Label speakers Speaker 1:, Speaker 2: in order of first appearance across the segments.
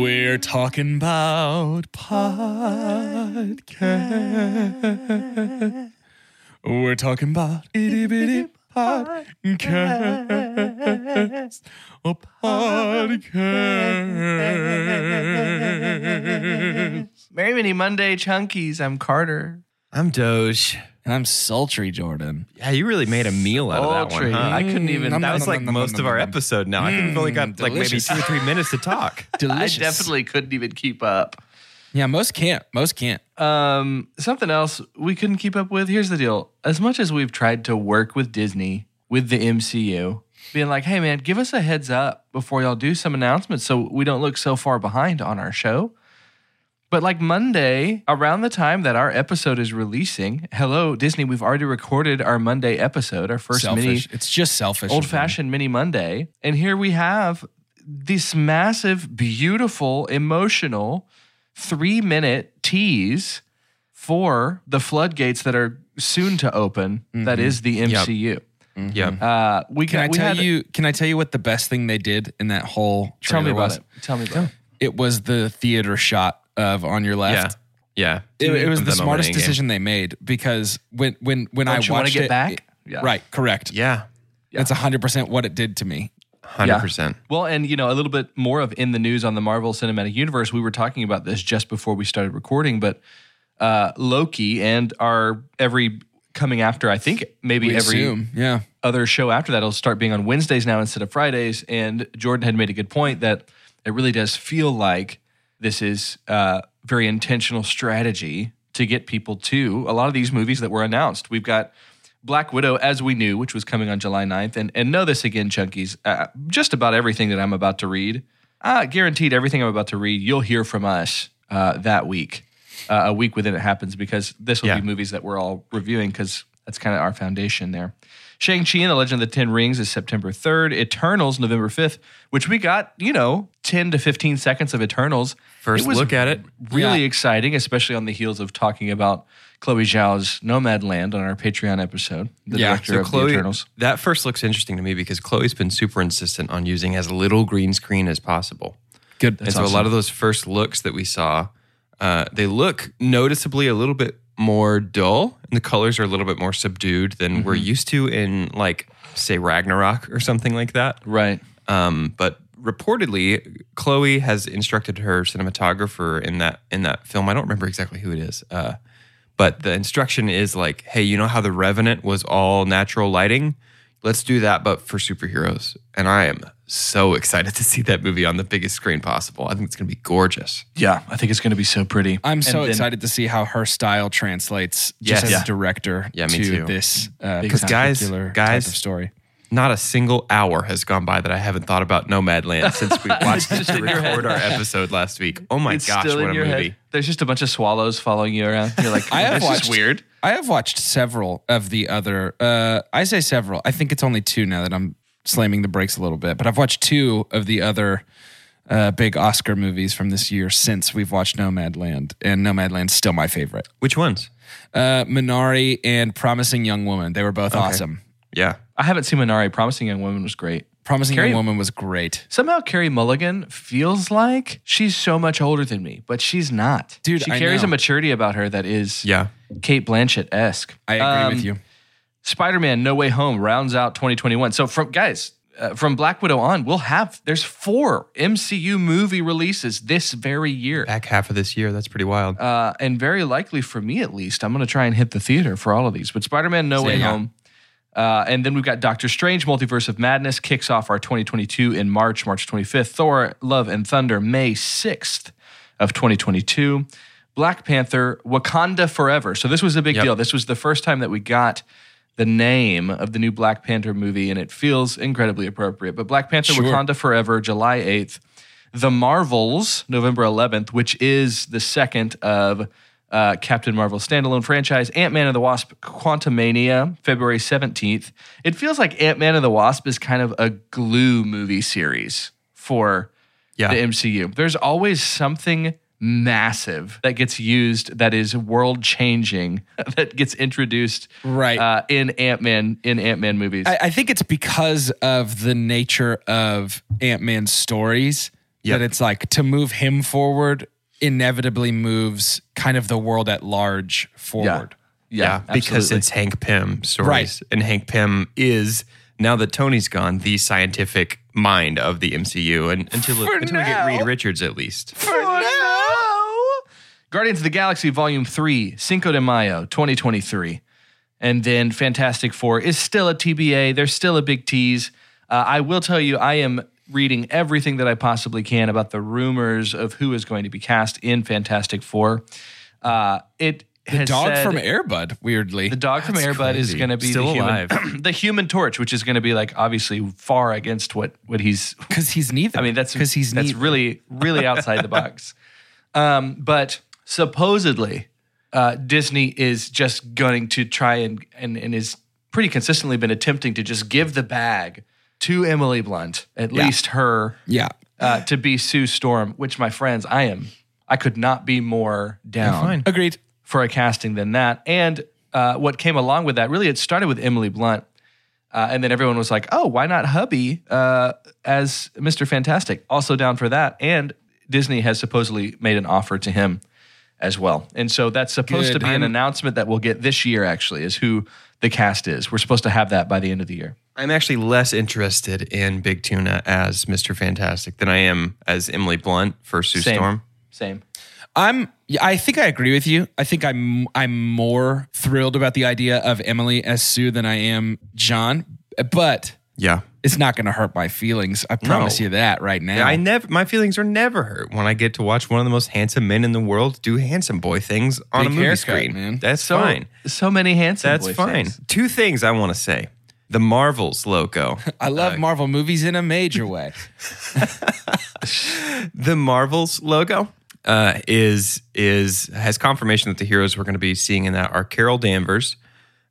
Speaker 1: We're talking about podcast. We're talking about itty bitty podcast. Oh, A podcast.
Speaker 2: Merry Mini Monday Chunkies. I'm Carter.
Speaker 3: I'm Doge.
Speaker 1: And I'm sultry, Jordan.
Speaker 3: Yeah, you really made a meal out of that
Speaker 2: Sultry.
Speaker 3: one. Huh? I couldn't
Speaker 1: Mm,
Speaker 3: even.
Speaker 1: nom,
Speaker 3: that
Speaker 1: nom,
Speaker 3: was
Speaker 1: nom,
Speaker 3: like
Speaker 1: nom,
Speaker 3: most
Speaker 1: nom,
Speaker 3: of our
Speaker 1: nom, nom.
Speaker 3: episode now. I think we've only got
Speaker 1: Mm,
Speaker 3: like maybe
Speaker 1: delicious.
Speaker 3: two or three minutes to talk.
Speaker 1: Delicious.
Speaker 2: I definitely couldn't even keep up.
Speaker 1: Yeah, most can't. Most can't.
Speaker 2: Um, something else we couldn't keep up with. Here's the deal. As much as we've tried to work with Disney, with the MCU, being like, hey man, give us a heads up before y'all do some announcements so we don't look so far behind on our show. But like Monday, around the time that our episode is releasing, hello, Disney, we've already recorded our Monday episode, our first
Speaker 1: selfish.
Speaker 2: mini
Speaker 1: it's just selfish.
Speaker 2: old fashioned mini Monday. And here we have this massive, beautiful, emotional three minute tease for the floodgates that are soon to open. that is the MCU.
Speaker 3: Yeah.
Speaker 2: Uh, we
Speaker 1: Mm-hmm. Can
Speaker 2: got-
Speaker 1: I
Speaker 2: we
Speaker 1: tell
Speaker 2: had-
Speaker 1: you? Can I tell you what the best thing they did in that whole?
Speaker 2: Tell me
Speaker 1: trailer
Speaker 2: about
Speaker 1: was?
Speaker 2: it. Tell me about it.
Speaker 1: It was the theater shot of on your left.
Speaker 3: Yeah. Yeah.
Speaker 1: It, it was
Speaker 3: Of
Speaker 1: the
Speaker 3: them
Speaker 1: smartest
Speaker 3: opening game.
Speaker 1: decision they made because when when when I
Speaker 2: Don't you wanna
Speaker 1: watched
Speaker 2: get
Speaker 1: it,
Speaker 2: back?
Speaker 1: it-
Speaker 2: Yeah.
Speaker 1: right, correct.
Speaker 3: Yeah.
Speaker 1: That's hundred percent what it did to me.
Speaker 3: Hundred percent.
Speaker 2: Well, and you know, a little bit more of in the news on the Marvel Cinematic Universe. We were talking about this just before we started recording, but uh, Loki and our every coming after, I think maybe
Speaker 1: We
Speaker 2: every
Speaker 1: assume, yeah,
Speaker 2: other show after that will start being on Wednesdays now instead of Fridays. And Jordan had made a good point that it really does feel like this is uh, very intentional strategy to get people to a lot of these movies that were announced. We've got Black Widow, as we knew, which was coming on July 9th. And, and know this again, Chunkies, uh, just about everything that I'm about to read, uh, guaranteed everything I'm about to read, you'll hear from us uh, that week, uh, a week within it happens, because this will
Speaker 3: Yeah.
Speaker 2: be movies that we're all reviewing because that's kind of our foundation there. Shang-Chi and the Legend of the Ten Rings is September 3rd. Eternals, November 5th, which we got, you know, 10 to 15 seconds of Eternals.
Speaker 3: First
Speaker 2: It was
Speaker 3: look at it.
Speaker 2: Really
Speaker 1: Yeah.
Speaker 2: exciting, especially on the heels of talking about Chloe Zhao's Nomad Land on our Patreon episode, the
Speaker 1: Yeah,
Speaker 2: director
Speaker 3: So
Speaker 2: of
Speaker 3: Chloe,
Speaker 2: the Eternals.
Speaker 3: that first looks interesting to me because Chloe's been super insistent on using as little green screen as possible.
Speaker 1: good.
Speaker 3: and so a lot of those first looks that we saw, uh, they look noticeably a little bit more dull, and the colors are a little bit more subdued than we're used to in like say Ragnarok or something like that.
Speaker 2: Right.
Speaker 3: Um, but reportedly, Chloe has instructed her cinematographer in that in that film. I don't remember exactly who it is, uh, but the instruction is like, "Hey, you know how the Revenant was all natural lighting? Let's do that, but for superheroes." And I am so excited to see that movie on the biggest screen possible. I think it's going to be gorgeous.
Speaker 2: Yeah, I think it's going to be so pretty.
Speaker 1: I'm so
Speaker 2: And then-
Speaker 1: excited to see how her style translates
Speaker 3: Yes.
Speaker 1: just as
Speaker 3: Yeah.
Speaker 1: a director
Speaker 3: Yeah, me
Speaker 1: to
Speaker 3: too.
Speaker 1: this uh,
Speaker 3: 'Cause guys-
Speaker 1: particular
Speaker 3: guys-
Speaker 1: type of story.
Speaker 3: Not a single hour has gone by that I haven't thought about Nomadland since we watched it
Speaker 2: just
Speaker 3: to
Speaker 2: in your
Speaker 3: record our episode last week. Oh my
Speaker 2: it's
Speaker 3: gosh,
Speaker 2: still
Speaker 3: what
Speaker 2: in
Speaker 3: a
Speaker 2: your
Speaker 3: movie!
Speaker 2: head. There's just a bunch of swallows following you around. You're like,
Speaker 1: I have
Speaker 2: this
Speaker 1: watched
Speaker 2: is weird.
Speaker 1: I have watched several of the other. Uh, I say several. I think it's only two now that I'm slamming the brakes a little bit. But I've watched two of the other uh, big Oscar movies from this year since we've watched Nomadland, and Nomadland's still my favorite.
Speaker 3: Which ones?
Speaker 1: Uh, Minari and Promising Young Woman. They were both awesome.
Speaker 3: Yeah,
Speaker 2: I haven't seen Minari. Promising Young Woman was great.
Speaker 1: Promising
Speaker 2: Carrie-
Speaker 1: Young Woman was great.
Speaker 2: Somehow Carrie Mulligan feels like she's so much older than me, but she's not.
Speaker 1: Dude,
Speaker 2: she
Speaker 1: I
Speaker 2: carries
Speaker 1: know.
Speaker 2: a maturity about her that is
Speaker 3: yeah.
Speaker 2: Kate Blanchett esque.
Speaker 1: I agree
Speaker 3: Um,
Speaker 1: with you.
Speaker 2: Spider-Man: No Way Home rounds out 2021. So from guys, uh, from Black Widow on, we'll have there's four MCU movie releases this very year,
Speaker 3: Back half of this year. That's pretty wild.
Speaker 2: uh, and very likely for me at least, I'm going to try and hit the theater for all of these. But Spider-Man: No Way
Speaker 1: yeah.
Speaker 2: Home, Uh, and then we've got Doctor Strange Multiverse of Madness kicks off our 2022 in March, March 25th. Thor Love and Thunder, May 6th of 2022. Black Panther Wakanda Forever. So this was a big
Speaker 3: Yep.
Speaker 2: deal. This was the first time that we got the name of the new Black Panther movie, and it feels incredibly appropriate. But Black Panther Wakanda Forever, July 8th. The Marvels, November 11th, which is the second of uh, Captain Marvel standalone franchise, Ant Man and the Wasp, Quantumania, February 17th. It feels like Ant Man and the Wasp is kind of a glue movie series for
Speaker 3: Yeah.
Speaker 2: the MCU. There's always something massive that gets used that is world changing that gets introduced
Speaker 1: Right.
Speaker 2: uh, in Ant Man in Ant Man movies.
Speaker 1: I, I think it's because of the nature of Ant Man's stories
Speaker 3: Yep.
Speaker 1: that it's like to move him forward inevitably moves kind of the world at large forward.
Speaker 3: Yeah, because
Speaker 2: absolutely.
Speaker 3: it's Hank Pym stories,
Speaker 1: Right.
Speaker 3: and Hank Pym is now that Tony's gone, the scientific mind of the MCU, and until
Speaker 1: For
Speaker 3: until we
Speaker 1: now.
Speaker 3: get Reed Richards at least.
Speaker 2: Guardians of the Galaxy Volume 3, Cinco de Mayo, 2023. And then Fantastic Four is still a TBA. There's still a big tease. Uh, I will tell you, I am reading everything that I possibly can about the rumors of who is going to be cast in Fantastic Four. Uh, it
Speaker 1: The
Speaker 2: has
Speaker 1: dog
Speaker 2: said-
Speaker 1: from Airbud, weirdly.
Speaker 2: the dog from Airbud is
Speaker 3: crazy.
Speaker 2: going to be
Speaker 3: Still
Speaker 2: the human,
Speaker 3: alive.
Speaker 2: the Human Torch, which is going to be like obviously far against what what he's
Speaker 1: Because he's neither.
Speaker 2: I mean, that's
Speaker 1: because he's
Speaker 2: that's
Speaker 1: neither.
Speaker 2: really really outside the box. Um, but supposedly, uh, Disney is just going to try and and and is pretty consistently been attempting to just give the bag to Emily Blunt, at least her
Speaker 1: yeah.
Speaker 2: uh, to be Sue Storm. Which, my friends, I am I could not be more down
Speaker 3: fine.
Speaker 1: Agreed.
Speaker 2: for a casting than that. And uh, what came along with that, really, it started with Emily Blunt. Uh, and then everyone was like, oh, why not Hubby uh, as Mr. Fantastic? Also down for that. And Disney has supposedly made an offer to him as well. And so that's supposed
Speaker 1: Good.
Speaker 2: to be an
Speaker 1: I'm-
Speaker 2: announcement that we'll get this year, actually, is who the cast is. We're supposed to have that by the end of the year.
Speaker 3: I'm actually less interested in Big Tuna as Mr. Fantastic than I am as Emily Blunt for Sue
Speaker 2: Same.
Speaker 3: Storm.
Speaker 2: Same.
Speaker 1: I'm. yeah, I think I agree with you. I think I'm. I'm more thrilled about the idea of Emily as Sue than I am John. But
Speaker 3: Yeah.
Speaker 1: it's not going to hurt my feelings. I promise you that right now.
Speaker 3: I never my feelings are never hurt when I get to watch one of the most handsome men in the world do handsome boy things on
Speaker 1: Big
Speaker 3: a movie
Speaker 1: haircut,
Speaker 3: screen.
Speaker 1: man.
Speaker 3: That's
Speaker 2: So,
Speaker 3: fine.
Speaker 2: so many handsome
Speaker 3: That's
Speaker 2: boy
Speaker 3: fine.
Speaker 2: things.
Speaker 3: Two things I want to say. The Marvels logo.
Speaker 1: I
Speaker 3: Uh,
Speaker 1: love Marvel movies in a major way.
Speaker 3: the Marvels logo uh, is is has confirmation that the heroes we're going to be seeing in that are Carol Danvers,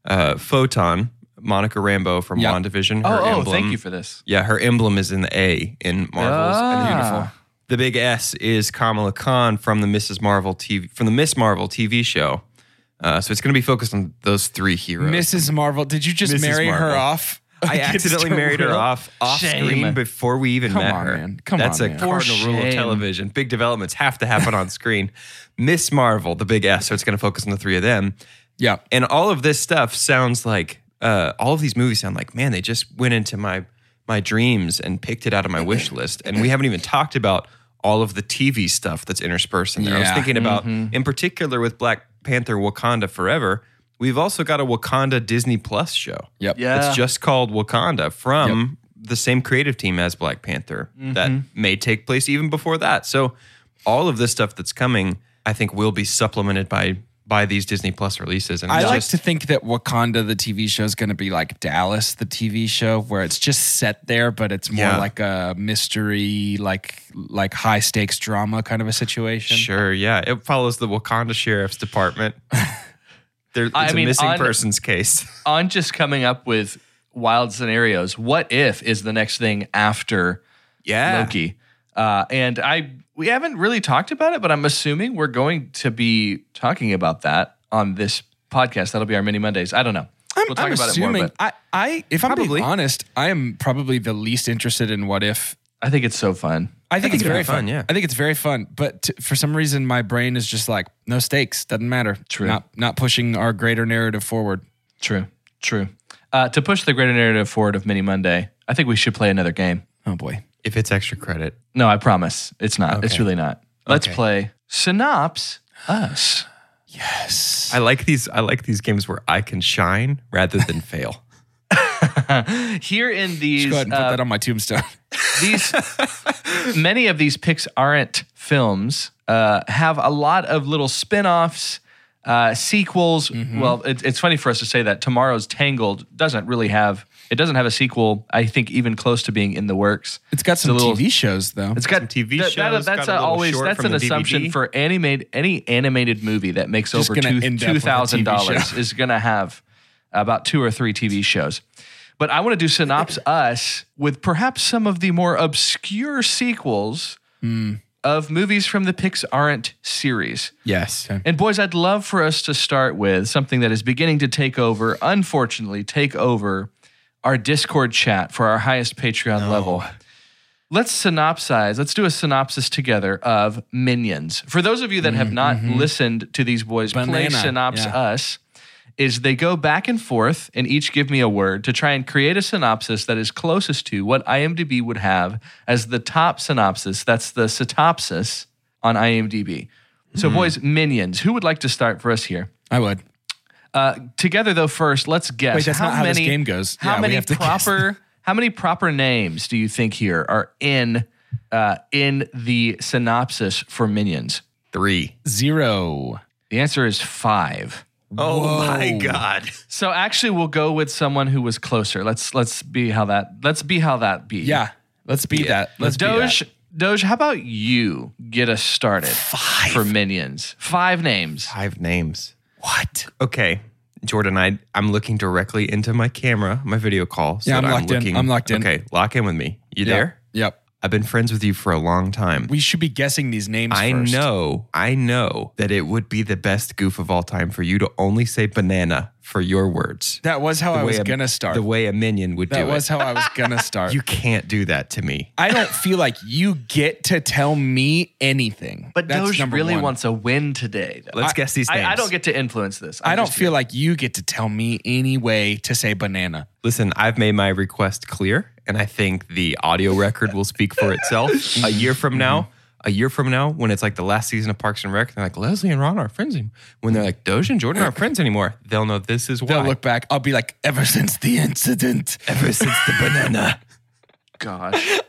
Speaker 3: uh, Photon, Monica Rambeau from
Speaker 1: Yeah.
Speaker 3: WandaVision. Her
Speaker 2: Oh, oh,
Speaker 3: emblem,
Speaker 2: thank you for this.
Speaker 3: Yeah, her emblem is in the A in Marvels. and
Speaker 2: Ah.
Speaker 3: beautiful. The big S is Kamala Khan from the Mrs. Marvel TV from the Miss Marvel TV show. Uh, so it's going to be focused on those three heroes.
Speaker 1: Mrs. Marvel, did you just
Speaker 3: Mrs.
Speaker 1: marry her
Speaker 3: Marvel.
Speaker 1: off?
Speaker 3: I
Speaker 1: against
Speaker 3: accidentally
Speaker 1: her
Speaker 3: married her
Speaker 1: will?
Speaker 3: off off
Speaker 2: Shame.
Speaker 3: screen before we even
Speaker 1: Come
Speaker 3: met
Speaker 1: on,
Speaker 3: her.
Speaker 1: man. Come
Speaker 3: That's
Speaker 1: on,
Speaker 3: a
Speaker 1: man.
Speaker 3: cardinal
Speaker 2: For
Speaker 3: rule of
Speaker 2: shame.
Speaker 3: television. Big developments have to happen on screen. Miss Marvel, the big S, so it's going to focus on the three of them.
Speaker 1: Yeah.
Speaker 3: And all of this stuff sounds like uh, all of these movies sound like man, they just went into my my dreams and picked it out of my wish list, and we haven't even talked about all of the TV stuff that's interspersed in there. I was
Speaker 1: Yeah. Mm-hmm.
Speaker 3: thinking about, in particular, with Black Panther: Wakanda Forever. We've also got a Wakanda Disney Plus show.
Speaker 1: Yep.
Speaker 2: Yeah.
Speaker 3: It's just called Wakanda from the same creative team as Black Panther that may take place even before that. So all of this stuff that's coming, I think, will be supplemented by by these Disney Plus releases. And
Speaker 1: I
Speaker 3: it's
Speaker 1: like
Speaker 3: just-
Speaker 1: to think that Wakanda, the TV show, is going to be like Dallas, the TV show, where it's just set there, but it's more
Speaker 3: Yeah.
Speaker 1: like a mystery, like like high stakes drama kind of a situation.
Speaker 3: sure, yeah. It follows the Wakanda Sheriff's Department. there, it's
Speaker 2: I
Speaker 3: a
Speaker 2: mean,
Speaker 3: missing
Speaker 2: on-
Speaker 3: persons case.
Speaker 2: on just coming up with wild scenarios. What if is the next thing after
Speaker 3: yeah.
Speaker 2: Loki? Uh, and I we haven't really talked about it, but I'm assuming we're going to be talking about that on this podcast. That'll be our mini Mondays. I don't know.
Speaker 1: I'm,
Speaker 2: we'll talk
Speaker 1: I'm
Speaker 2: about
Speaker 1: assuming.
Speaker 2: it more, but
Speaker 1: I, I, if I'm
Speaker 3: Probably.
Speaker 1: being honest, I am probably the least interested in what if
Speaker 2: I think it's so fun.
Speaker 1: I think,
Speaker 3: think
Speaker 1: it's
Speaker 3: it'd be
Speaker 1: very
Speaker 3: fun,
Speaker 1: fun.
Speaker 3: yeah.
Speaker 1: I think it's very fun. But t- for some reason, my brain is just like no stakes. Doesn't matter. True. Not not pushing our greater narrative forward.
Speaker 2: True, true. Uh, to push the greater narrative forward of Mini Monday, I think we should play another game.
Speaker 1: Oh boy.
Speaker 3: If it's extra credit.
Speaker 2: No, I promise. It's not. It's really not. Let's
Speaker 3: Okay.
Speaker 2: play Synops Us.
Speaker 1: Yes.
Speaker 3: I like these I like these games where I can shine rather than fail.
Speaker 2: Here in these,
Speaker 1: Just go ahead and put
Speaker 2: uh,
Speaker 1: that on my tombstone.
Speaker 2: these many of these picks aren't films uh, have a lot of little spin-offs uh, sequels well it, it's funny for us to say that tomorrow's tangled doesn't really have it doesn't have a sequel i think even close to being in the works
Speaker 1: It's got some
Speaker 2: little-
Speaker 1: TV shows though.
Speaker 2: it's got
Speaker 3: Some TV
Speaker 2: that- that-
Speaker 3: shows,
Speaker 2: that's
Speaker 3: got a
Speaker 2: a
Speaker 3: little
Speaker 2: always
Speaker 3: short
Speaker 2: that's
Speaker 3: from
Speaker 2: an
Speaker 3: the
Speaker 2: assumption
Speaker 3: DVD.
Speaker 2: for animated any animated movie that makes
Speaker 1: Just
Speaker 2: over
Speaker 1: gonna
Speaker 2: two
Speaker 1: end up with
Speaker 2: two
Speaker 1: a
Speaker 2: thousand
Speaker 1: TV
Speaker 2: dollars is going to have about two or three TV shows. But I want to do synopsis us with perhaps some of the more obscure sequels of movies from the Pixarent series.
Speaker 1: yes.
Speaker 2: And boys, I'd love for us to start with something that is beginning to take over, unfortunately, take over our Discord chat for our highest Patreon level. Let's synopsize, let's do a synopsis together of Minions. For those of you that have not listened to these boys play
Speaker 1: Mm, mm-hmm. Banana,
Speaker 2: Synops
Speaker 1: yeah.
Speaker 2: Us, is they go back and forth and each give me a word to try and create a synopsis that is closest to what IMDb would have as the top synopsis. That's the synopsis on IMDb.
Speaker 1: Hmm.
Speaker 2: So, boys, minions. Who would like to start for us here?
Speaker 1: I would.
Speaker 2: Uh, together, though, first, let's guess
Speaker 1: Wait, that's
Speaker 2: how
Speaker 1: not how this
Speaker 2: many
Speaker 1: game goes.
Speaker 2: How
Speaker 1: Yeah, we
Speaker 2: many
Speaker 1: have to guess.
Speaker 2: proper how many proper names do you think here are in uh, in the synopsis for minions?
Speaker 3: Three.
Speaker 1: Zero.
Speaker 2: The answer is five.
Speaker 3: Oh
Speaker 1: Whoa.
Speaker 3: my god.
Speaker 2: So actually, we'll go with someone who was closer. Let's let's be how that let's be how that be.
Speaker 1: Yeah. Let's be that. Let's be
Speaker 2: Doge
Speaker 1: that.
Speaker 2: Doge, how about you get us started for minions? Five names.
Speaker 3: Five names. What? Okay. Jordan, I I'm looking directly into my camera, my video call. So
Speaker 1: Yeah,
Speaker 3: that
Speaker 1: I'm locked in.
Speaker 3: looking-
Speaker 1: I'm locked in.
Speaker 3: Okay, lock in with me. You
Speaker 1: Yeah.
Speaker 3: there?
Speaker 1: Yep.
Speaker 3: I've been friends with you for a long time.
Speaker 1: We should be guessing these names.
Speaker 3: I
Speaker 1: first.
Speaker 3: know, I know that it would be the best goof of all time for you to only say banana for your words.
Speaker 1: That was how I was
Speaker 3: way a-
Speaker 1: gonna start.
Speaker 3: The way a minion would
Speaker 1: that
Speaker 3: do
Speaker 1: was how I was gonna start.
Speaker 3: it. You can't do that to me.
Speaker 1: I don't feel like you get to tell me anything.
Speaker 2: But
Speaker 1: That's
Speaker 2: Doge
Speaker 1: number
Speaker 2: really
Speaker 1: one.
Speaker 2: wants a win today. Though.
Speaker 3: Let's guess these names.
Speaker 2: I, I don't get to influence this. I'm
Speaker 1: I don't
Speaker 2: just
Speaker 1: feel like you get to tell me any way to say banana.
Speaker 3: Listen, I've made my request clear, and I think the audio record will speak for itself. a year from
Speaker 1: Mm-hmm.
Speaker 3: now, a year from now, when it's like the last season of Parks and Rec, they're like Leslie and Ron are friends. anymore. When they're like Doge and Jordan aren't friends anymore, they'll know this is why.
Speaker 1: They'll look back. I'll be like, ever since the incident,
Speaker 3: ever since the banana.
Speaker 2: gosh.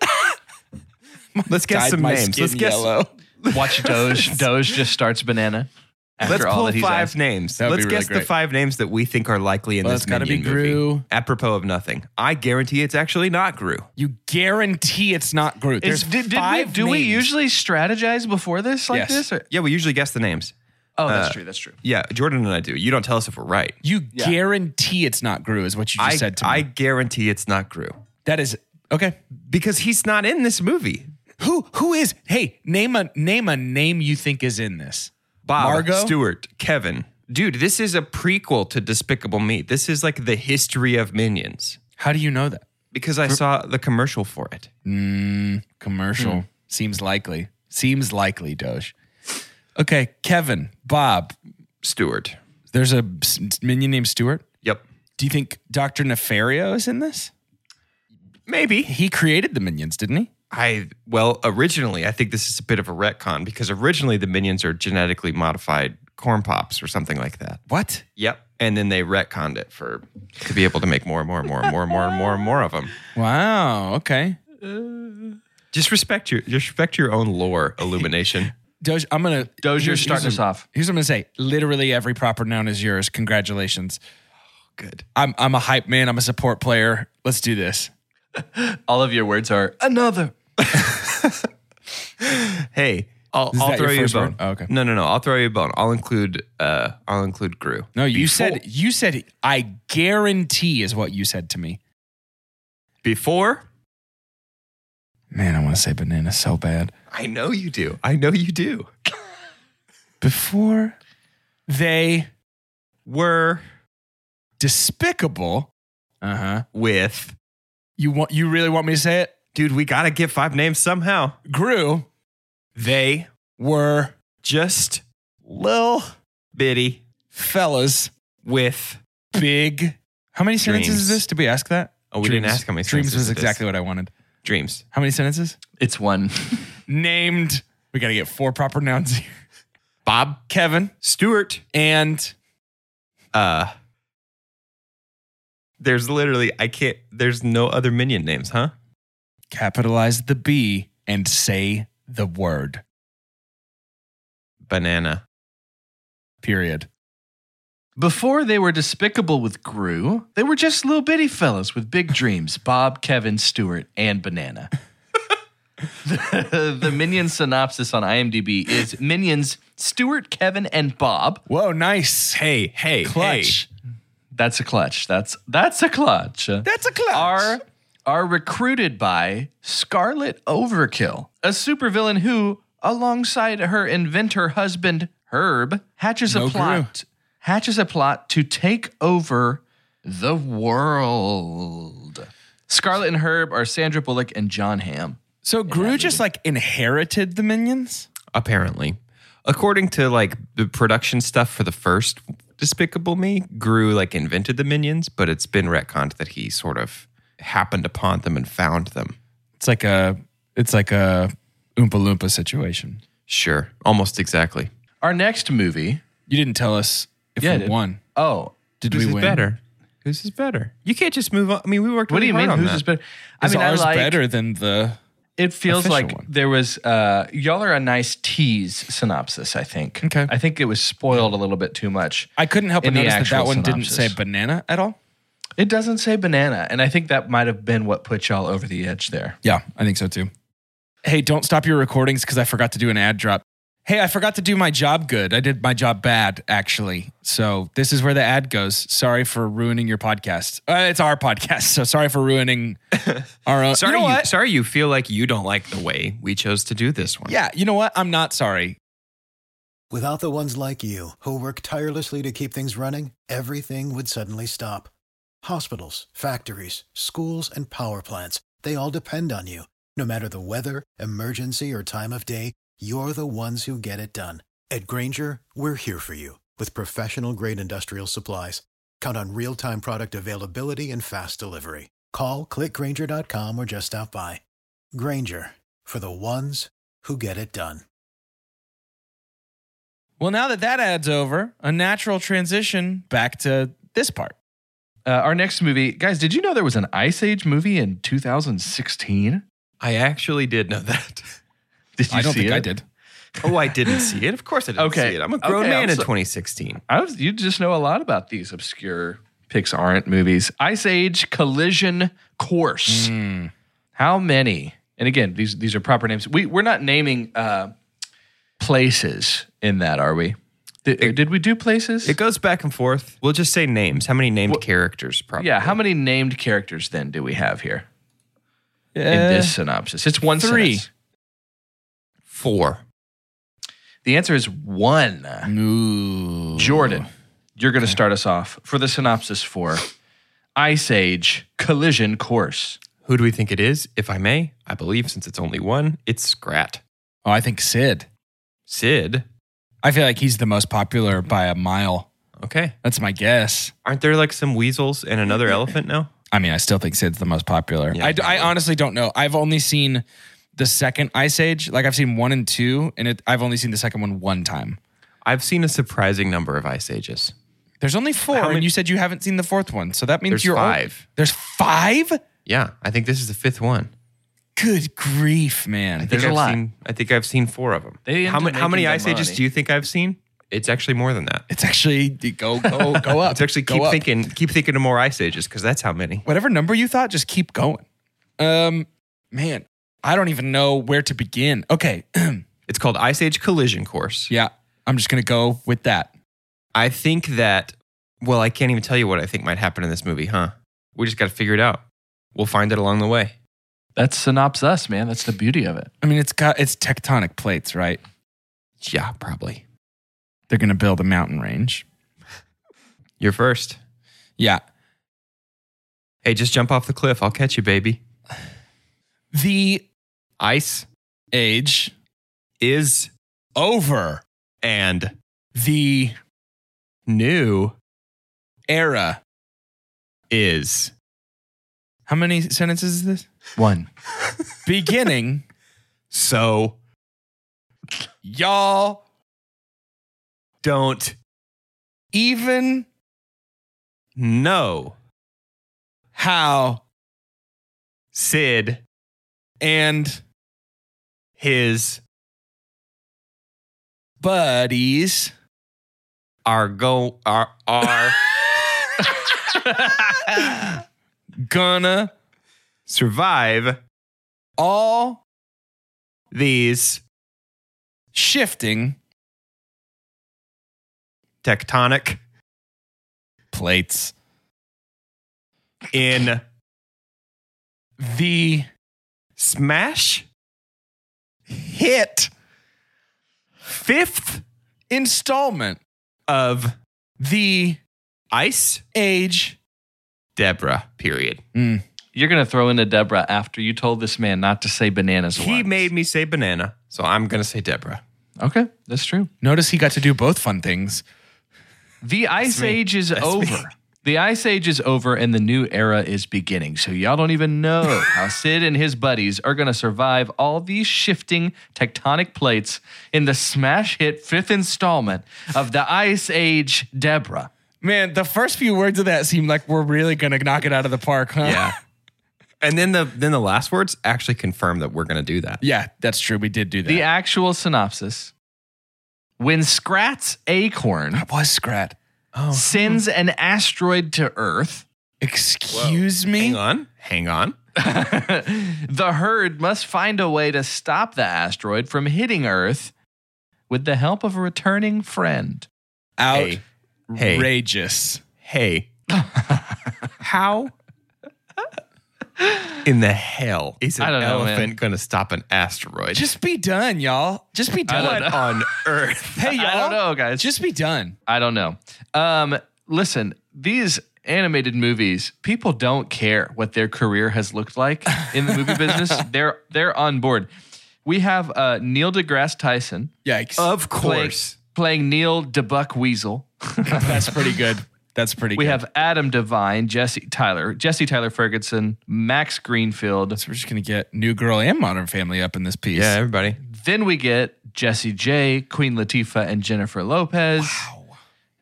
Speaker 3: Let's guess
Speaker 1: dyed
Speaker 3: some
Speaker 1: my
Speaker 3: names.
Speaker 1: skin
Speaker 3: Let's guess.
Speaker 1: yellow.
Speaker 2: Watch Doge. Doge just starts banana. After
Speaker 3: Let's
Speaker 2: all
Speaker 3: pull
Speaker 2: that he's
Speaker 3: five
Speaker 2: asked.
Speaker 3: names.
Speaker 1: That would be
Speaker 3: Let's
Speaker 1: really
Speaker 3: guess the
Speaker 1: great.
Speaker 3: five names that we think are likely in
Speaker 1: Well,
Speaker 3: this
Speaker 1: it's gotta be
Speaker 3: Minion movie.
Speaker 1: Gru.
Speaker 3: Apropos of nothing, I guarantee it's actually not Gru.
Speaker 1: You guarantee it's not Groot.
Speaker 2: Is,
Speaker 1: There's
Speaker 2: did, did we,
Speaker 1: five
Speaker 2: do we
Speaker 1: names.
Speaker 2: usually strategize before this like
Speaker 1: Yes.
Speaker 2: this? Or,
Speaker 3: Yeah, we usually guess the names.
Speaker 2: oh, that's true. That's true.
Speaker 3: Yeah, Jordan and I do. You don't tell us if we're right.
Speaker 1: You guarantee it's not Gru is what you just
Speaker 3: I
Speaker 1: said to me.
Speaker 3: I guarantee it's not Gru
Speaker 1: that is okay.
Speaker 3: because he's not in this movie.
Speaker 1: Who who is? Hey, name a name a name you think is in this.
Speaker 3: Bob,
Speaker 1: Margo?
Speaker 3: Stewart, Kevin. Dude, this is a prequel to Despicable Me. This is like the history of Minions
Speaker 1: How do you know that?
Speaker 3: because I saw the commercial for it.
Speaker 1: Commercial seems likely. Seems likely, Doge. Okay, Kevin, Bob.
Speaker 3: Stewart.
Speaker 1: There's a s- minion named Stuart.
Speaker 3: Yep.
Speaker 1: Do you think Doctor Nefario is in this?
Speaker 3: Maybe.
Speaker 1: He created the minions, didn't he?
Speaker 3: I well, originally, I think this is a bit of a retcon because originally the minions are genetically modified corn pops or something like that.
Speaker 1: What?
Speaker 3: Yep. And then they retconned it for to be able to make more and more and more and more and more and more and more of them.
Speaker 1: Wow. Okay.
Speaker 3: Just respect your just respect your own lore, Illumination.
Speaker 1: Doge, I'm gonna
Speaker 2: Doge, you're
Speaker 1: here's-
Speaker 2: starting
Speaker 1: here's
Speaker 2: us
Speaker 1: what-
Speaker 2: off.
Speaker 1: Here's what I'm gonna say. Literally every proper noun is yours. Congratulations.
Speaker 3: Good.
Speaker 1: I'm I'm a hype man. I'm a support player. Let's do this.
Speaker 2: All of your words are another.
Speaker 3: Hey, I'll,
Speaker 1: Is
Speaker 3: I'll
Speaker 1: that
Speaker 3: throw
Speaker 1: your
Speaker 3: you a
Speaker 1: first
Speaker 3: bone.
Speaker 1: one? Oh, okay.
Speaker 3: No, no, no. I'll throw you a bone. I'll include uh I'll include Gru.
Speaker 1: No, you
Speaker 3: Before-
Speaker 1: said you said I guarantee is what you said to me.
Speaker 3: before
Speaker 1: Man, I want to say banana so bad.
Speaker 3: I know you do. I know you do.
Speaker 1: Before they
Speaker 3: Were
Speaker 1: despicable. Uh
Speaker 3: Uh-huh.
Speaker 1: huh.
Speaker 3: with
Speaker 1: You want you really want me to say it?
Speaker 3: Dude, we gotta get five names somehow.
Speaker 1: Grew
Speaker 3: They
Speaker 1: were
Speaker 3: just lil bitty
Speaker 1: fellas
Speaker 3: with
Speaker 1: big. How many sentences
Speaker 3: Dreams.
Speaker 1: is this? Did we ask that?
Speaker 3: Oh, we didn't ask how many
Speaker 1: Dreams
Speaker 3: sentences
Speaker 1: was
Speaker 3: it is.
Speaker 1: exactly what I wanted.
Speaker 3: dreams.
Speaker 1: How many sentences?
Speaker 2: It's one.
Speaker 1: Named. We got to get four proper nouns here.
Speaker 3: Bob
Speaker 1: Kevin
Speaker 3: Stewart,
Speaker 1: and
Speaker 3: uh, There's literally I can't. There's no other minion names, huh?
Speaker 1: Capitalize the B and say the word.
Speaker 3: Banana.
Speaker 1: Period.
Speaker 2: Before they were despicable with Gru, they were just little bitty fellas with big dreams Bob, Kevin, Stewart, and Banana. the, the Minion synopsis on IMDb is Minions Stewart, Kevin, and Bob.
Speaker 1: Whoa, nice.
Speaker 3: Hey, hey,
Speaker 1: Clutch.
Speaker 2: That's a clutch. That's that's a clutch.
Speaker 1: That's a clutch.
Speaker 2: are are recruited by Scarlet Overkill, a supervillain who, alongside her inventor husband Herb, hatches
Speaker 1: No
Speaker 2: a
Speaker 1: Gru.
Speaker 2: plot hatches a plot to take over the world. Scarlet and Herb are Sandra Bullock and John Hamm.
Speaker 1: So Gru just like inherited the minions?
Speaker 3: Apparently, according to like the production stuff for the first Despicable Me, Gru like invented the minions, but it's been retconned that he sort of happened upon them and found them.
Speaker 1: It's like a it's like a Oompa Loompa situation.
Speaker 3: Sure, almost exactly.
Speaker 2: Our next movie.
Speaker 1: You didn't tell us if
Speaker 2: Yeah, I
Speaker 1: we
Speaker 2: did.
Speaker 1: won.
Speaker 2: Oh,
Speaker 1: Did
Speaker 3: Whose
Speaker 1: we
Speaker 3: is
Speaker 1: win?
Speaker 3: better? Whose is better? You can't just move on. I mean, we worked.
Speaker 2: what do
Speaker 3: really
Speaker 2: you mean?
Speaker 3: hard on
Speaker 2: Who's
Speaker 3: that.
Speaker 2: is better? I
Speaker 1: Is
Speaker 2: mean,
Speaker 1: ours
Speaker 2: I like,
Speaker 1: better than the
Speaker 2: It feels
Speaker 1: Official
Speaker 2: like
Speaker 1: one.
Speaker 2: there was uh, y'all are a nice tease synopsis. I think.
Speaker 1: Okay.
Speaker 2: I think it was spoiled a little bit too much.
Speaker 1: I couldn't help but
Speaker 2: In the
Speaker 1: notice that that
Speaker 2: actual
Speaker 1: one didn't
Speaker 2: synopsis.
Speaker 1: say banana at all.
Speaker 2: It doesn't say banana, and I think that might have been what put y'all over the edge there.
Speaker 1: Yeah, I think so too. Hey, don't stop your recordings because I forgot to do an ad drop. Hey, I forgot to do my job good. I did my job bad, actually. So this is where the ad goes. Sorry for ruining your podcast. Uh, it's our podcast, so sorry for ruining our own.
Speaker 3: Sorry,
Speaker 1: you know
Speaker 3: you,
Speaker 1: what?
Speaker 3: sorry, you feel like you don't like the way we chose to do this one.
Speaker 1: Yeah, you know what? I'm not sorry.
Speaker 4: Without the ones like you, who work tirelessly to keep things running, everything would suddenly stop. Hospitals, factories, schools, and power plants, they all depend on you. No matter the weather, emergency, or time of day, you're the ones who get it done. At Granger, we're here for you with professional grade industrial supplies. Count on real time product availability and fast delivery. Call clickgranger.com or just stop by. Granger for the ones who get it done.
Speaker 1: Well, now that that ad's over, a natural transition back to this part.
Speaker 2: Uh, our next movie, guys, did you know there was an Ice Age movie in 2016?
Speaker 3: I actually did know that.
Speaker 2: Did you
Speaker 1: I don't
Speaker 2: see
Speaker 1: think
Speaker 2: it?
Speaker 1: I did.
Speaker 3: oh, I didn't see it. Of course, I didn't
Speaker 2: Okay.
Speaker 3: see it. I'm a grown
Speaker 2: Okay,
Speaker 3: man
Speaker 2: I'm
Speaker 3: in
Speaker 2: so-
Speaker 3: 2016.
Speaker 2: I was, you just know a lot about these obscure Pixar aren't movies. Ice Age Collision Course.
Speaker 1: Hmm.
Speaker 2: How many? And again, these these are proper names. We we're not naming uh, places in that, are we? Did, did we do places?
Speaker 3: It goes back and forth. We'll just say names. How many named characters? Probably.
Speaker 2: yeah. How many named characters then do we have here in
Speaker 1: Uh,
Speaker 2: this synopsis? It's one
Speaker 1: three.
Speaker 2: sentence.
Speaker 3: Four.
Speaker 2: The answer is one.
Speaker 1: Ooh.
Speaker 2: Jordan, you're going to start us off for the synopsis for Ice Age Collision Course.
Speaker 3: Who do we think it is? If I may, I believe since it's only one, it's Scrat.
Speaker 1: Oh, I think Sid.
Speaker 3: Sid.
Speaker 1: I feel like he's the most popular by a mile.
Speaker 3: Okay.
Speaker 1: That's my guess.
Speaker 3: Aren't there like some weasels and another elephant now?
Speaker 1: I mean, I still think Sid's the most popular.
Speaker 3: Yeah,
Speaker 1: I, d- I honestly don't know. I've only seen the second Ice Age. Like I've seen one and two, and it, I've only seen the second one one time.
Speaker 3: I've seen a surprising number of Ice Ages.
Speaker 1: There's only four,
Speaker 3: How
Speaker 1: and
Speaker 3: many-
Speaker 1: you said you haven't seen the fourth one. So that means
Speaker 3: There's
Speaker 1: you're on-
Speaker 3: five.
Speaker 1: There's five.
Speaker 3: Yeah, I think this is the fifth one.
Speaker 1: Good grief, man!
Speaker 2: There's
Speaker 3: I think
Speaker 2: a
Speaker 3: I've
Speaker 2: lot.
Speaker 3: Seen, I think I've seen four of them.
Speaker 2: They
Speaker 3: how,
Speaker 2: end
Speaker 3: ma-
Speaker 2: up
Speaker 3: how many
Speaker 2: making
Speaker 3: Ice
Speaker 2: them
Speaker 3: Ages
Speaker 2: money.
Speaker 3: do you think I've seen? It's actually more than that.
Speaker 1: It's actually go go go up.
Speaker 3: It's actually
Speaker 1: Go
Speaker 3: keep
Speaker 1: up.
Speaker 3: thinking, keep thinking of more Ice Ages because that's how many.
Speaker 1: whatever number you thought, just keep going. Um, man, I don't even know where to begin. Okay,
Speaker 3: It's called Ice Age Collision Course.
Speaker 1: yeah, I'm just gonna go with that.
Speaker 3: I think that. Well, I can't even tell you what I think might happen in this movie, huh? We just got to figure it out. We'll find it along the way.
Speaker 2: That's synopsis, us, man. That's the beauty of it.
Speaker 1: I mean, it's got it's tectonic plates, right?
Speaker 3: Yeah, probably.
Speaker 1: They're gonna build a mountain range.
Speaker 3: You're first.
Speaker 1: Yeah,
Speaker 3: Hey, just jump off the cliff. I'll catch you, baby.
Speaker 1: the
Speaker 3: Ice
Speaker 1: age
Speaker 3: is
Speaker 1: over
Speaker 3: and
Speaker 1: the
Speaker 3: new
Speaker 1: era.
Speaker 3: is
Speaker 1: How many sentences is this?
Speaker 2: One.
Speaker 1: Beginning,
Speaker 3: so
Speaker 1: y'all
Speaker 3: don't
Speaker 1: even
Speaker 3: know
Speaker 1: how
Speaker 3: Sid
Speaker 1: and
Speaker 3: his
Speaker 1: buddies
Speaker 3: are go are are
Speaker 1: gonna
Speaker 3: survive
Speaker 1: all
Speaker 3: these
Speaker 1: shifting
Speaker 3: tectonic
Speaker 1: plates
Speaker 3: in
Speaker 1: the
Speaker 3: smash
Speaker 1: hit
Speaker 3: fifth
Speaker 1: installment
Speaker 3: of
Speaker 1: the
Speaker 3: ice
Speaker 1: age
Speaker 3: Deborah period.
Speaker 2: You're going to throw in a Deborah after you told this man not to say bananas.
Speaker 3: He
Speaker 2: once.
Speaker 3: made me say banana, so I'm gonna say Deborah.
Speaker 2: Okay, that's true.
Speaker 1: notice he got to do both fun things
Speaker 2: The Ice
Speaker 3: me.
Speaker 2: Age is
Speaker 3: That's me.
Speaker 2: over. The Ice Age is over and the new era is beginning. So y'all don't even know how Sid and his buddies are going to survive all these shifting tectonic plates in the smash hit fifth installment of the Ice Age Deborah.
Speaker 1: man the first few words of that seemed like we're really gonna knock it out of the park huh
Speaker 3: Yeah. and then the then the last words actually confirm that we're gonna do that.
Speaker 1: yeah that's true we did do that
Speaker 2: The actual synopsis. When Scrat's acorn
Speaker 1: That was scrat
Speaker 3: Oh,
Speaker 2: sends an asteroid to Earth,
Speaker 1: excuse me
Speaker 3: hang on, hang on.
Speaker 2: the herd must find a way to stop the asteroid from hitting Earth with the help of a returning friend.
Speaker 3: Hey. Hey.
Speaker 1: outrageous
Speaker 3: Hey, how in the hell is an
Speaker 2: I don't know,
Speaker 3: elephant
Speaker 2: man.
Speaker 3: going to stop an asteroid?
Speaker 1: just be done y'all just be
Speaker 2: I don't
Speaker 1: done
Speaker 2: know.
Speaker 3: what on earth?
Speaker 1: hey y'all
Speaker 2: I don't know, guys.
Speaker 1: just be done
Speaker 2: I don't know. Um, listen, these animated movies, people don't care what their career has looked like in the movie business. They're they're on board. We have uh, Neil deGrasse Tyson
Speaker 1: yikes
Speaker 3: Of
Speaker 2: playing-
Speaker 3: course.
Speaker 2: playing Neil DeBuck Weasel.
Speaker 1: that's pretty good that's pretty
Speaker 2: We
Speaker 1: good
Speaker 2: have Adam Devine, Jesse Tyler, Jesse Tyler Ferguson, Max Greenfield.
Speaker 1: so we're just gonna get new girl and modern family up in this piece
Speaker 3: Yeah, everybody.
Speaker 2: Then we get Jesse J, Queen Latifah, and Jennifer Lopez.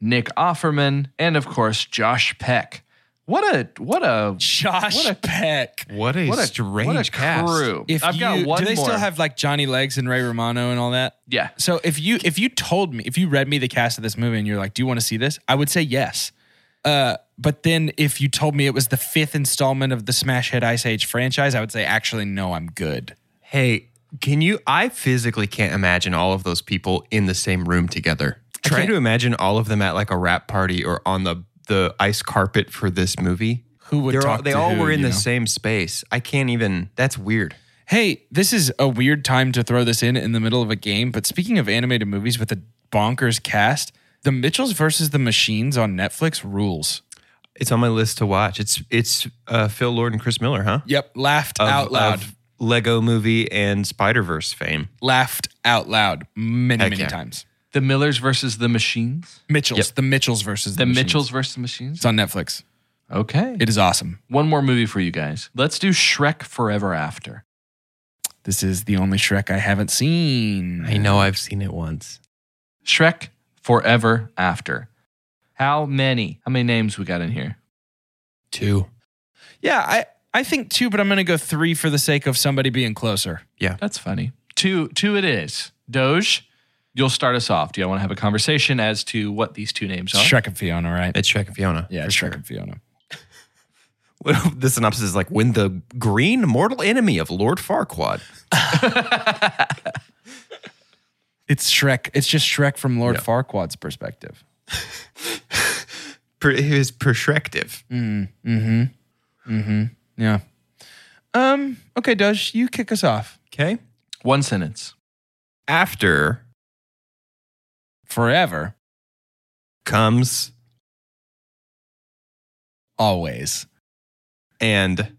Speaker 2: Nick Offerman, and of course Josh Peck. What a what a
Speaker 1: josh
Speaker 2: What a-
Speaker 1: peck
Speaker 3: What a,
Speaker 2: what a
Speaker 3: strange
Speaker 2: what a
Speaker 3: cast.
Speaker 2: crew.
Speaker 1: if
Speaker 2: I've
Speaker 1: you,
Speaker 2: got one
Speaker 1: do they
Speaker 2: more.
Speaker 1: still have like johnny legs and ray romano and all that
Speaker 2: yeah.
Speaker 1: So if you if you told me if you read me the cast of this movie and you're like, do you want to see this? I would say yes. Uh, but then if you told me it was the fifth installment of the smash hit Ice Age franchise, I would say actually no, I'm good.
Speaker 3: Hey, can you? I physically can't imagine all of those people in the same room together. Try
Speaker 1: can't-
Speaker 3: to imagine all of them at like a rap party or on the the ice carpet for this movie.
Speaker 1: Who would
Speaker 3: They're all,
Speaker 1: talk
Speaker 3: they
Speaker 1: to
Speaker 3: all
Speaker 1: who,
Speaker 3: were in
Speaker 1: you
Speaker 3: the
Speaker 1: know?
Speaker 3: same space. I can't even. That's weird.
Speaker 1: Hey, this is a weird time to throw this in in the middle of a game. But speaking of animated movies with a bonkers cast, The Mitchells versus the Machines on Netflix rules.
Speaker 3: It's on my list to watch. It's it's uh, Phil Lord and Chris Miller, huh?
Speaker 1: Yep, laughed
Speaker 3: Of-
Speaker 1: out loud.
Speaker 3: of Lego Movie and Spider Verse fame.
Speaker 1: laughed out loud many
Speaker 3: Heck
Speaker 1: many
Speaker 3: yeah.
Speaker 1: times.
Speaker 2: The Millers versus the Machines.
Speaker 1: Mitchells, The Mitchells versus
Speaker 2: The
Speaker 1: the, Machines.
Speaker 2: Mitchells versus the Machines.
Speaker 1: It's on Netflix.
Speaker 2: Okay.
Speaker 1: It is awesome.
Speaker 2: One more movie for you guys. Let's do Shrek Forever After.
Speaker 1: This is the only Shrek I haven't seen.
Speaker 3: know I've seen it once.
Speaker 2: Shrek Forever After. How many? How many names we got in here?
Speaker 3: Two.
Speaker 1: Yeah, I, I think two, but I'm going to go three for the sake of somebody being closer.
Speaker 2: That's funny. Two two it is. Doge, you'll start us off. Do you want to have a conversation as to what these two names are?
Speaker 1: Shrek and Fiona, right?
Speaker 3: It's Shrek and Fiona.
Speaker 1: yeah,
Speaker 3: for
Speaker 1: Shrek
Speaker 3: sure.
Speaker 1: and Fiona.
Speaker 3: Well, the synopsis is like when the green mortal enemy of Lord Farquaad.
Speaker 1: It's Shrek. It's just Shrek from Lord Farquaad's perspective.
Speaker 3: Per, his perspective.
Speaker 1: Mm-hmm. Yeah. Um. Okay, Doge, you kick us off.
Speaker 3: Okay.
Speaker 2: One sentence.
Speaker 3: After
Speaker 1: Forever,
Speaker 3: comes
Speaker 1: always.
Speaker 3: and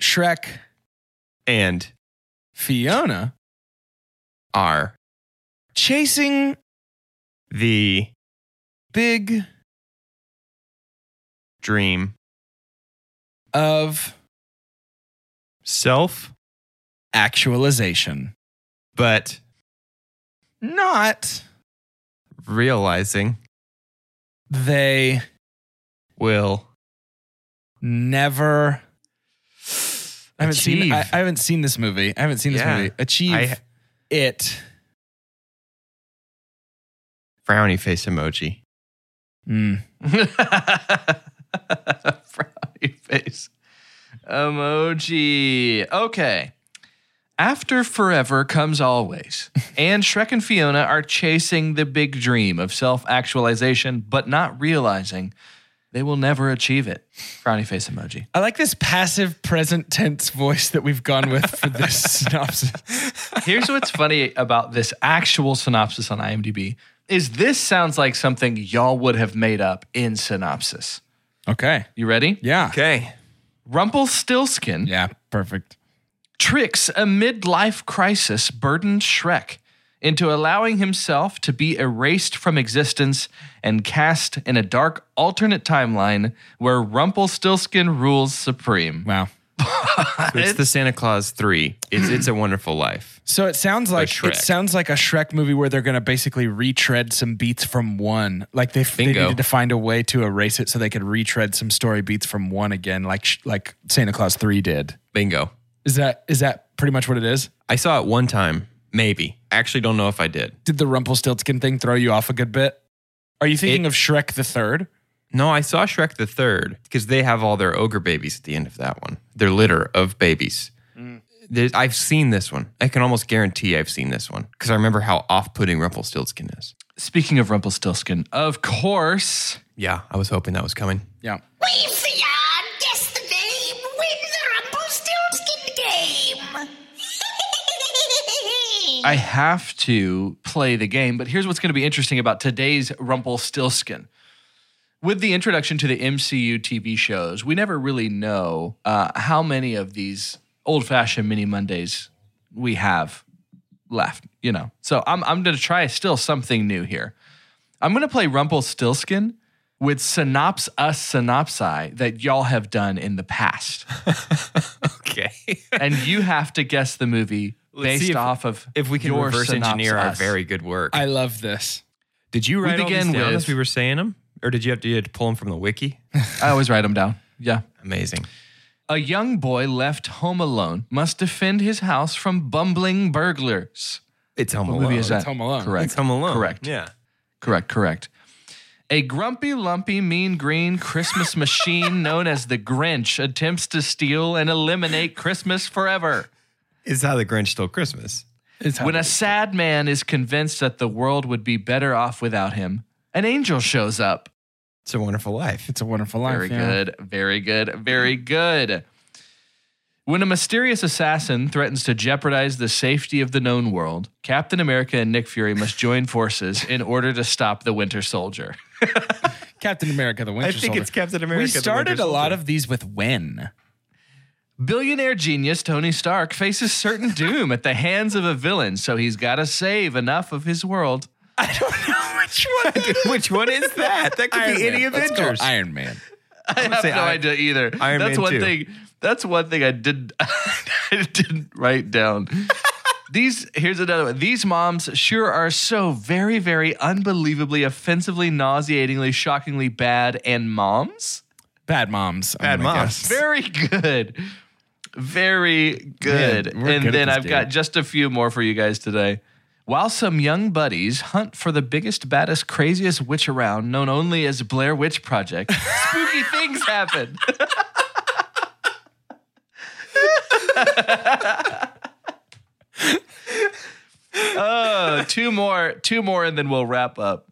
Speaker 1: Shrek,
Speaker 3: and
Speaker 1: Fiona,
Speaker 3: are
Speaker 1: chasing
Speaker 3: the
Speaker 1: big
Speaker 3: dream
Speaker 1: of
Speaker 3: self,
Speaker 1: actualization.
Speaker 3: but
Speaker 1: Not
Speaker 3: realizing
Speaker 1: they
Speaker 3: will
Speaker 1: never. I haven't seen.
Speaker 3: Achieve.
Speaker 1: I, I haven't seen this movie. I haven't seen this
Speaker 3: Yeah.
Speaker 1: movie. Achieve
Speaker 3: I-
Speaker 1: it.
Speaker 3: Frowny face emoji.
Speaker 1: Mm.
Speaker 2: Frowny face emoji. Okay. After forever comes always, and Shrek and Fiona are chasing the big dream of self actualization, but not realizing they will never achieve it. Frowny face emoji.
Speaker 1: I like this passive present tense voice that we've gone with for this synopsis.
Speaker 2: Here's what's funny about this actual synopsis on IMDb is this sounds like something y'all would have made up in synopsis.
Speaker 1: Okay.
Speaker 2: You ready?
Speaker 1: Yeah.
Speaker 3: Okay.
Speaker 2: Rumpelstiltskin
Speaker 1: Yeah. Perfect.
Speaker 2: tricks a midlife crisis burdened Shrek into allowing himself to be erased from existence and cast in a dark alternate timeline where Rumpelstiltskin rules supreme.
Speaker 1: Wow.
Speaker 3: So it's the Santa Claus 3. It's It's a Wonderful Life.
Speaker 1: So it sounds like
Speaker 3: Shrek.
Speaker 1: it sounds like a Shrek movie where they're going to basically retread some beats from one. Like they, they
Speaker 3: Bingo.
Speaker 1: needed to find a way to erase it so they could retread some story beats from one again, like sh- like Santa Claus Three did.
Speaker 3: Bingo.
Speaker 1: Is that is that pretty much what it is?
Speaker 3: I saw it one time, maybe. I actually don't know if I did.
Speaker 1: Did the Rumpelstiltskin thing throw you off a good bit? Are you thinking of Shrek the Third?
Speaker 3: No, I saw Shrek the Third because they have all their ogre babies at the end of that one. Their litter of babies. There's, I've seen this one. I can almost guarantee I've seen this one because I remember how off-putting Rumpelstiltskin is.
Speaker 2: Speaking of Rumpelstiltskin, of course,
Speaker 3: Yeah, I was hoping that was coming.
Speaker 1: Yeah.
Speaker 5: We've the yarn, guess the name, win the Rumpelstiltskin game.
Speaker 2: I have to play the game, but here's what's going to be interesting about today's Rumpelstiltskin. With the introduction to the MCU TV shows, we never really know uh, how many of these old fashioned mini Mondays we have left, you know. So I'm, I'm going to try still something new here. I'm going to play Rumpelstiltskin with synops us synopsi that y'all have done in the past.
Speaker 3: Okay.
Speaker 2: and you have to guess the movie
Speaker 3: Let's see
Speaker 2: based
Speaker 3: if-
Speaker 2: off of
Speaker 3: if we can
Speaker 2: your
Speaker 3: reverse
Speaker 2: synops
Speaker 3: engineer our
Speaker 2: us.
Speaker 3: very good work.
Speaker 1: I love this.
Speaker 3: did you
Speaker 2: we
Speaker 3: write all these
Speaker 2: began
Speaker 3: down
Speaker 2: with-
Speaker 3: as we were saying them, or did you have to, you had to pull them from the wiki?
Speaker 2: I always write them down. Yeah.
Speaker 3: Amazing.
Speaker 2: A young boy left home alone must defend his house from bumbling burglars.
Speaker 3: It's Home
Speaker 2: What
Speaker 3: Alone.
Speaker 2: movie is that?
Speaker 1: It's Home Alone.
Speaker 2: Correct.
Speaker 3: It's Home Alone.
Speaker 2: Correct.
Speaker 3: Yeah.
Speaker 2: Correct. Correct. A grumpy, lumpy, mean green Christmas machine known as the Grinch attempts to steal and eliminate Christmas forever.
Speaker 3: It's how the Grinch stole Christmas.
Speaker 1: It's
Speaker 2: When a sad man is convinced that the world would be better off without him, an angel shows up.
Speaker 3: It's a Wonderful Life.
Speaker 1: it's a wonderful life.
Speaker 2: Very
Speaker 1: yeah.
Speaker 2: good. Very good. Very good. When a mysterious assassin threatens to jeopardize the safety of the known world, Captain America and Nick Fury must join forces in order to stop the Winter Soldier.
Speaker 1: Captain America: The Winter
Speaker 3: I think
Speaker 1: Soldier.
Speaker 3: it's Captain America.
Speaker 1: we
Speaker 3: the
Speaker 1: started
Speaker 3: Winter
Speaker 1: a lot
Speaker 3: Soldier.
Speaker 1: of these with when.
Speaker 2: Billionaire genius Tony Stark faces certain doom at the hands of a villain, so he's got to save enough of his world.
Speaker 3: Which one? Which one is that? That could be any
Speaker 1: Man. Let's go
Speaker 3: Avengers.
Speaker 1: Iron Man.
Speaker 2: I have
Speaker 3: say
Speaker 2: no
Speaker 3: Iron-
Speaker 2: idea either.
Speaker 3: Iron
Speaker 2: that's
Speaker 3: Man
Speaker 2: one
Speaker 3: 2.
Speaker 2: thing. That's one thing I did. I didn't write down. These here's another one. These moms sure are so very, very unbelievably, offensively, nauseatingly, shockingly bad. And moms,
Speaker 1: Bad moms. Oh I'm
Speaker 3: Bad
Speaker 1: gonna
Speaker 3: moms.
Speaker 1: guess.
Speaker 2: very good, very good.
Speaker 1: Man, we're
Speaker 2: and
Speaker 1: good at
Speaker 2: then
Speaker 1: this,
Speaker 2: I've got
Speaker 1: dude.
Speaker 2: just a few more for you guys today. While some young buddies hunt for the biggest, baddest, craziest witch around, known only as Blair Witch Project, spooky things happen. Oh, two more, two more, and then we'll wrap up.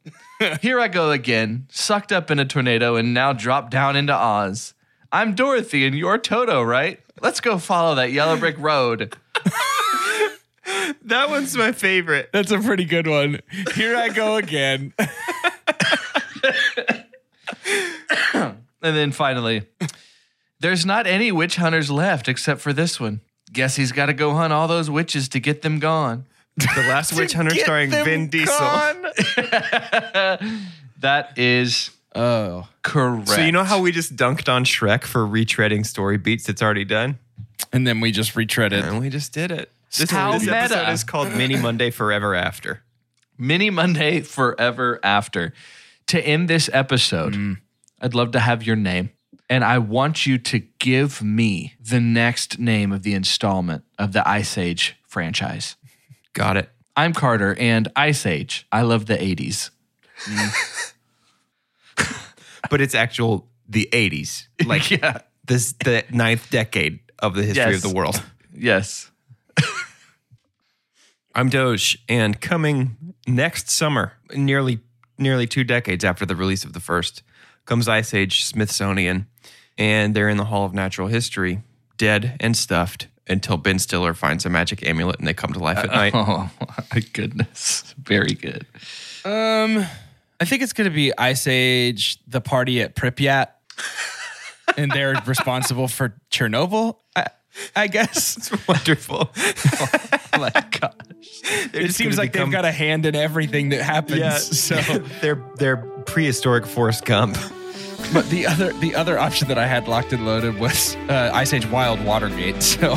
Speaker 2: Here I go again, sucked up in a tornado and now dropped down into Oz. I'm Dorothy and you're Toto, right? Let's go follow that yellow brick road.
Speaker 3: That one's my favorite.
Speaker 1: That's a pretty good one. Here I go again.
Speaker 2: And then finally, there's not any witch hunters left except for this one. Guess he's got to go hunt all those witches to get them gone.
Speaker 3: The Last Witch Hunter
Speaker 1: get
Speaker 3: starring
Speaker 1: them
Speaker 3: Vin Diesel.
Speaker 2: That is
Speaker 1: Oh,
Speaker 2: correct.
Speaker 3: So you know how we just dunked on Shrek for retreading story beats that's already done,
Speaker 1: and then we just retreaded.
Speaker 3: and we just did it. This,
Speaker 2: How
Speaker 3: this episode
Speaker 2: meta.
Speaker 3: is called Mini Monday Forever After.
Speaker 2: Mini Monday forever after. To end this episode, I'd love to have your name. and I want you to give me the next name of the installment of the Ice Age franchise.
Speaker 3: Got it.
Speaker 2: I'm Carter and Ice Age. I love the 80s.
Speaker 3: But it's actual the 80s. Like
Speaker 2: Yeah.
Speaker 3: this the ninth decade of the history
Speaker 2: Yes.
Speaker 3: of the world.
Speaker 2: Yes.
Speaker 3: I'm Doge, and coming next summer, nearly nearly two decades after the release of the first, comes Ice Age Smithsonian, and they're in the Hall of Natural History, dead and stuffed until Ben Stiller finds a magic amulet and they come to life at night.
Speaker 2: Oh, my goodness. Very good.
Speaker 1: Um, I think it's gonna be Ice Age, the party at Pripyat, and they're responsible for Chernobyl. I, I guess
Speaker 3: Wonderful.
Speaker 2: Oh my gosh.
Speaker 1: it seems like
Speaker 3: become-
Speaker 1: they've got a hand in everything that happens.
Speaker 3: Yeah.
Speaker 1: So,
Speaker 3: they're they're prehistoric Forrest Gump.
Speaker 1: but the other the other option that I had locked and loaded was uh, Ice Age Wild Watergate. So,